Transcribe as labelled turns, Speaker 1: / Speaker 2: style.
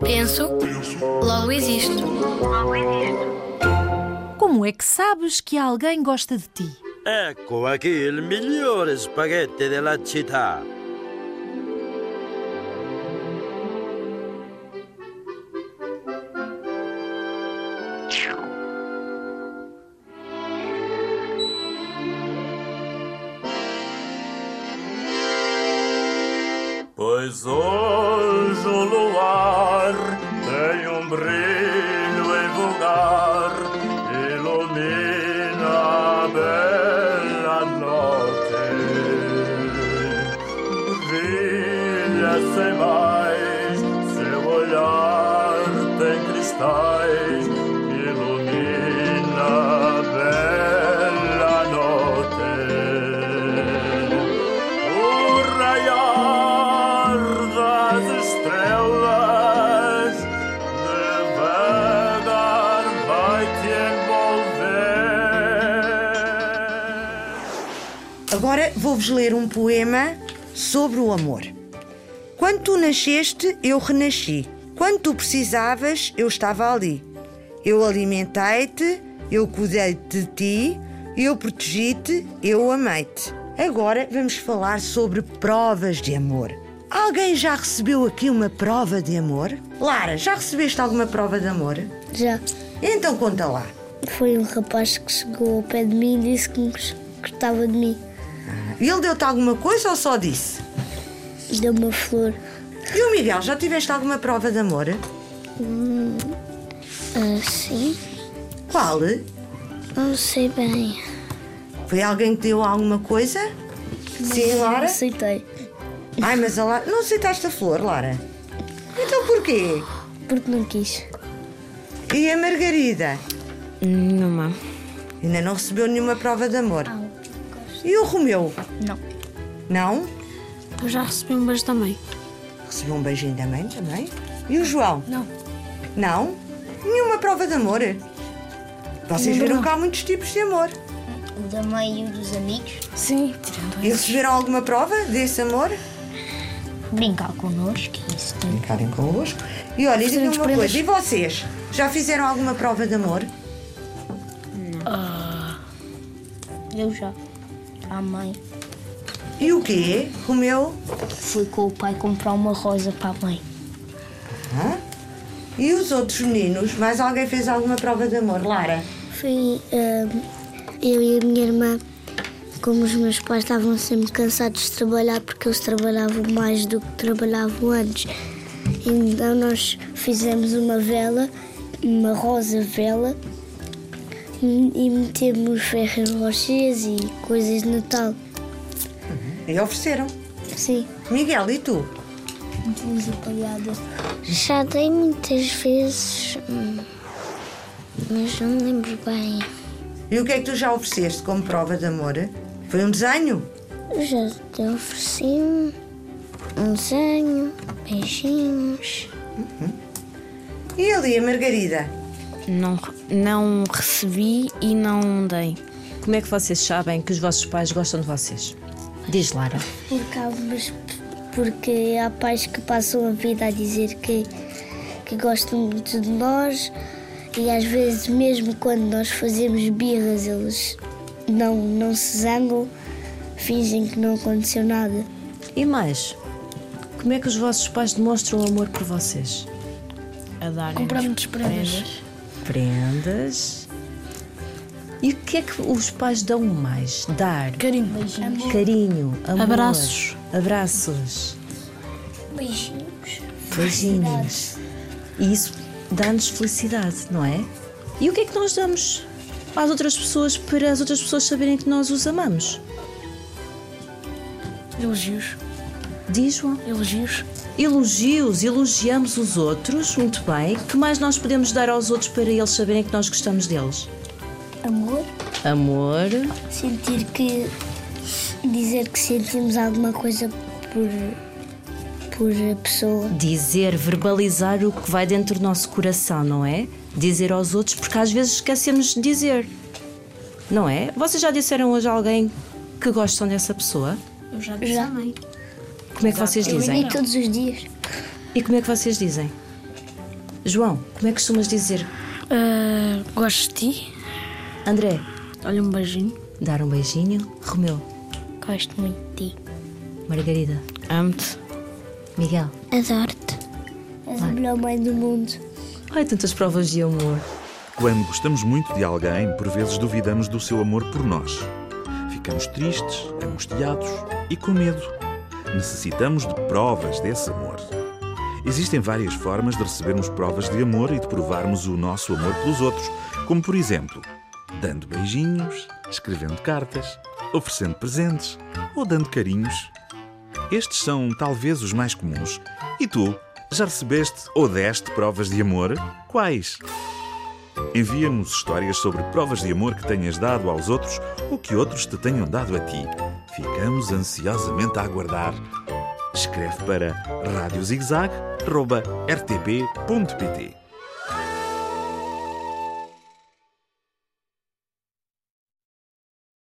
Speaker 1: Penso, logo existo.
Speaker 2: Como é que sabes que alguém gosta de ti?
Speaker 3: Ecco aqui il migliore spaghetti della città.
Speaker 4: Pois hoje o luar tem um brilho em vulgar, ilumina a bela noite. Brilha sem mais, seu olhar tem cristais, ilumina a bela noite. O raiar das estrelas devagar vai te envolver.
Speaker 5: Agora vou-vos ler um poema sobre o amor. Quando tu nasceste, eu renasci. Quando tu precisavas, eu estava ali. Eu alimentei-te, eu cuidei de ti, eu protegi-te, eu amei-te. Agora vamos falar sobre provas de amor. Alguém já recebeu aqui uma prova de amor? Lara, já recebeste alguma prova de amor?
Speaker 6: Já
Speaker 5: Então conta lá.
Speaker 6: foi um rapaz que chegou ao pé de mim e disse que me gos- gostava de mim.
Speaker 5: Ele deu-te alguma coisa ou só disse?
Speaker 6: Deu-me uma flor.
Speaker 5: E o Miguel, já tiveste alguma prova de amor?
Speaker 6: Assim?
Speaker 5: Qual?
Speaker 6: Não sei bem.
Speaker 5: Foi alguém que deu alguma coisa? Sim, Lara?
Speaker 6: Aceitei.
Speaker 5: Ai, mas a Lara. Não aceitaste a flor, Lara? Então porquê?
Speaker 6: Porque não quis.
Speaker 5: E a Margarida?
Speaker 7: Nenhuma.
Speaker 5: Ainda não recebeu nenhuma prova de amor. E o Romeu?
Speaker 6: Não.
Speaker 5: Não?
Speaker 7: Eu já recebi um beijo também.
Speaker 5: Recebeu um beijinho da mãe também? E o João? Não. Não? Nenhuma prova de amor? Vocês viram que há muitos tipos de amor.
Speaker 6: O da mãe e o dos amigos
Speaker 7: Sim, tirando
Speaker 5: E receberam alguma prova desse amor?
Speaker 6: brincar connosco. Isso tem.
Speaker 5: Brincarem convosco. E olha, digam uma
Speaker 7: prendas.
Speaker 5: coisa. E vocês? Já fizeram alguma prova de amor?
Speaker 6: Eu já. A mãe
Speaker 5: E o quê? Romeu?
Speaker 6: foi com o pai comprar uma rosa para a mãe.
Speaker 5: Hã? E os outros meninos? Mais alguém fez alguma prova de amor? Lara?
Speaker 6: Foi ehm, eu e a minha irmã. Como os meus pais estavam sempre cansados de trabalhar porque eles trabalhavam mais do que trabalhavam antes. Então nós fizemos uma vela, uma rosa vela, e e metemos ferros rochês e coisas de Natal.
Speaker 5: E ofereceram.
Speaker 6: Sim.
Speaker 5: Miguel, e tu?
Speaker 6: Metemos apagada. Já dei muitas vezes, hum, mas não me lembro bem.
Speaker 5: E o que é que tu já ofereceste como prova de amor? Foi um desenho?
Speaker 6: Eu já te ofereci um um desenho, beijinhos.
Speaker 5: E ali a Margarida?
Speaker 7: Não, não recebi e não dei.
Speaker 8: Como é que vocês sabem que os vossos pais gostam de vocês? Diz Lara.
Speaker 6: Porque há, umas- porque há pais que passam a vida a dizer que, que gostam muito de nós e às vezes mesmo quando nós fazemos birras eles não, não se zangam, fingem que não aconteceu nada.
Speaker 8: E mais, como é que os vossos pais demonstram amor por vocês? A darem
Speaker 6: Compramos prendas.
Speaker 8: prendas. E o que é que os pais dão mais? Dar
Speaker 7: Carinho.
Speaker 8: carinho, amor,
Speaker 7: Abraços.
Speaker 8: abraços,
Speaker 6: Beijinhos.
Speaker 8: beijinhos. E isso dá-nos felicidade, não é? E o que é que nós damos às outras pessoas para as outras pessoas saberem que nós os amamos?
Speaker 7: Elogios.
Speaker 8: Diz João.
Speaker 7: Elogios.
Speaker 8: Elogios, elogiamos os outros, muito bem. Que mais nós podemos dar aos outros para eles saberem que nós gostamos deles?
Speaker 6: Amor.
Speaker 8: Amor,
Speaker 6: Sentir que. dizer que sentimos alguma coisa por. por a pessoa.
Speaker 8: dizer, verbalizar o que vai dentro do nosso coração, não é? Dizer aos outros, porque às vezes esquecemos de dizer, não é? Vocês já disseram hoje a alguém que gostam dessa pessoa?
Speaker 7: Eu já
Speaker 6: Já.
Speaker 7: disse também.
Speaker 8: Como é que vocês
Speaker 6: Eu
Speaker 8: dizem?
Speaker 6: digo todos os dias.
Speaker 8: E como é que vocês dizem? João, como é que costumas dizer?
Speaker 9: Ah, gosto de ti.
Speaker 8: André,
Speaker 6: Olha um beijinho.
Speaker 8: dar um beijinho. Romeu,
Speaker 6: Gosto muito de ti.
Speaker 8: Margarida,
Speaker 9: Amo-te.
Speaker 8: Miguel.
Speaker 6: Adoro-te. És a melhor mãe do mundo.
Speaker 8: Ai, tantas provas de amor.
Speaker 4: Quando gostamos muito de alguém, por vezes duvidamos do seu amor por nós. Ficamos tristes, angustiados e com medo. Necessitamos de provas desse amor. Existem várias formas de recebermos provas de amor e de provarmos o nosso amor pelos outros, como por exemplo, dando beijinhos, escrevendo cartas, oferecendo presentes ou dando carinhos. Estes são talvez os mais comuns. E tu, já recebeste ou deste provas de amor? Quais? Envia-nos histórias sobre provas de amor que tenhas dado aos outros ou que outros te tenham dado a ti. Ficamos ansiosamente a aguardar. Escreve para radiozigzag.rtp.pt